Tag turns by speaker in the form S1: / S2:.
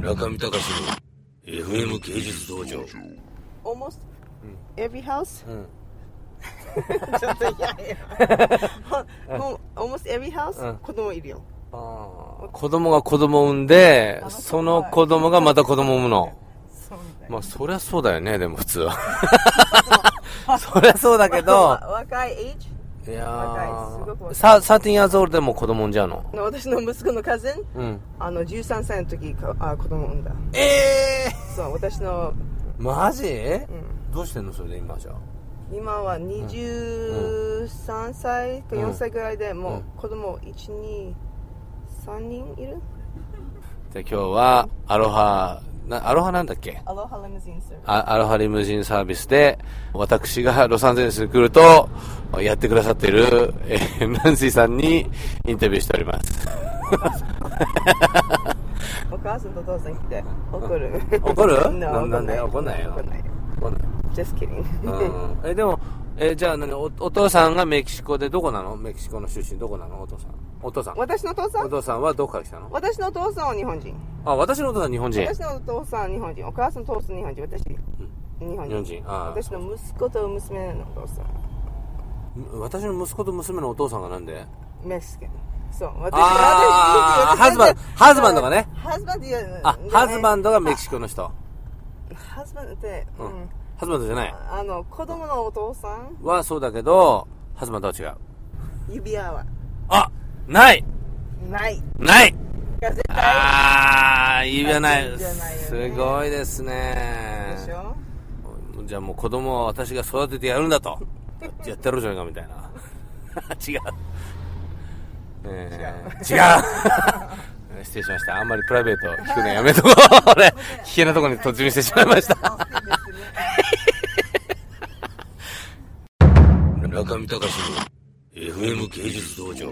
S1: 中見隆の FM 芸術道場
S2: almost every house.
S3: うん。
S2: ちょっと嫌や。もう almost every
S3: う
S2: house
S3: ん
S2: 子供いるよ。
S3: あー子供が子供産んで、その子供がまた子供産むの。
S2: そうみ たいな。
S3: まあ、そりゃそうだよね、でも普通は。 そりゃそうだけ ど、
S2: わ若い age
S3: い
S2: 若
S3: や
S2: いすごく若
S3: ー、
S2: い
S3: さ13 years old でも子供産んじゃうの。
S2: の私の息子のカズン、
S3: うん。
S2: あの13歳の時かあ子供産んだ。
S3: ええ
S2: そう私の
S3: ー、マジ、
S2: ん
S3: どうしてんのそれで今じゃあ。
S2: 今は23歳か4歳ぐらいでもう子供123人いる。
S3: じゃあ今日は、アロハ、なアロハなんだっけ
S2: アロハレムジン ス。
S3: あアロハリムジンサービスで、私がロサンゼルスに来ると、やってくださっている、えーナンシーさんにインタビューしております。
S2: お母さんとお父さん来て怒る。
S3: 怒る
S2: No,
S3: ななんだよ
S2: 怒んない
S3: 怒
S2: 怒
S3: ん
S2: ん
S3: な
S2: ないいよ。
S3: わかんない
S2: Just kidding.
S3: うんえ、でも、え、じゃあ何お、お父さんがメキシコでどこなのメキシコの出身どこなのお父さん。お父さん。
S2: 私のお父さ
S3: お
S2: ん
S3: 父さんはどこから来たの
S2: 私のお父さんは日本人。
S3: あ、私のお父さん日本人。
S2: 私のお父さんは日本人。お母さんのお父さんは日本人。私、日本人。
S3: 日本人ああ
S2: 私の息子と娘のお父さん。
S3: む私の息子と娘のお父さんがなんで
S2: メキシカン。そう。私、
S3: あー
S2: 私
S3: ハズバンハズバンドがね
S2: ハズバンドや
S3: あ、ハズバンドがメキ
S2: シ
S3: シコの人。
S2: コ。ハズバンドって、う
S3: うんん。ハズバンドじゃない。
S2: あの、子供のお父さん、
S3: はそうだけど、ハズバンドは違う。
S2: 指輪は
S3: あない
S2: ない。
S3: ない
S2: 絶対
S3: ああ、言わない
S2: 言わないよね
S3: すごいですね。
S2: でしょ
S3: じゃあもう子供は私が育ててやるんだと。やってやろうじゃないかみたいな。 違う。えー違う 失礼しました。あんまりプライベート聞くのやめとこう。 俺、危険なところに突入してしまいました。
S1: 中見隆の FM 芸術道場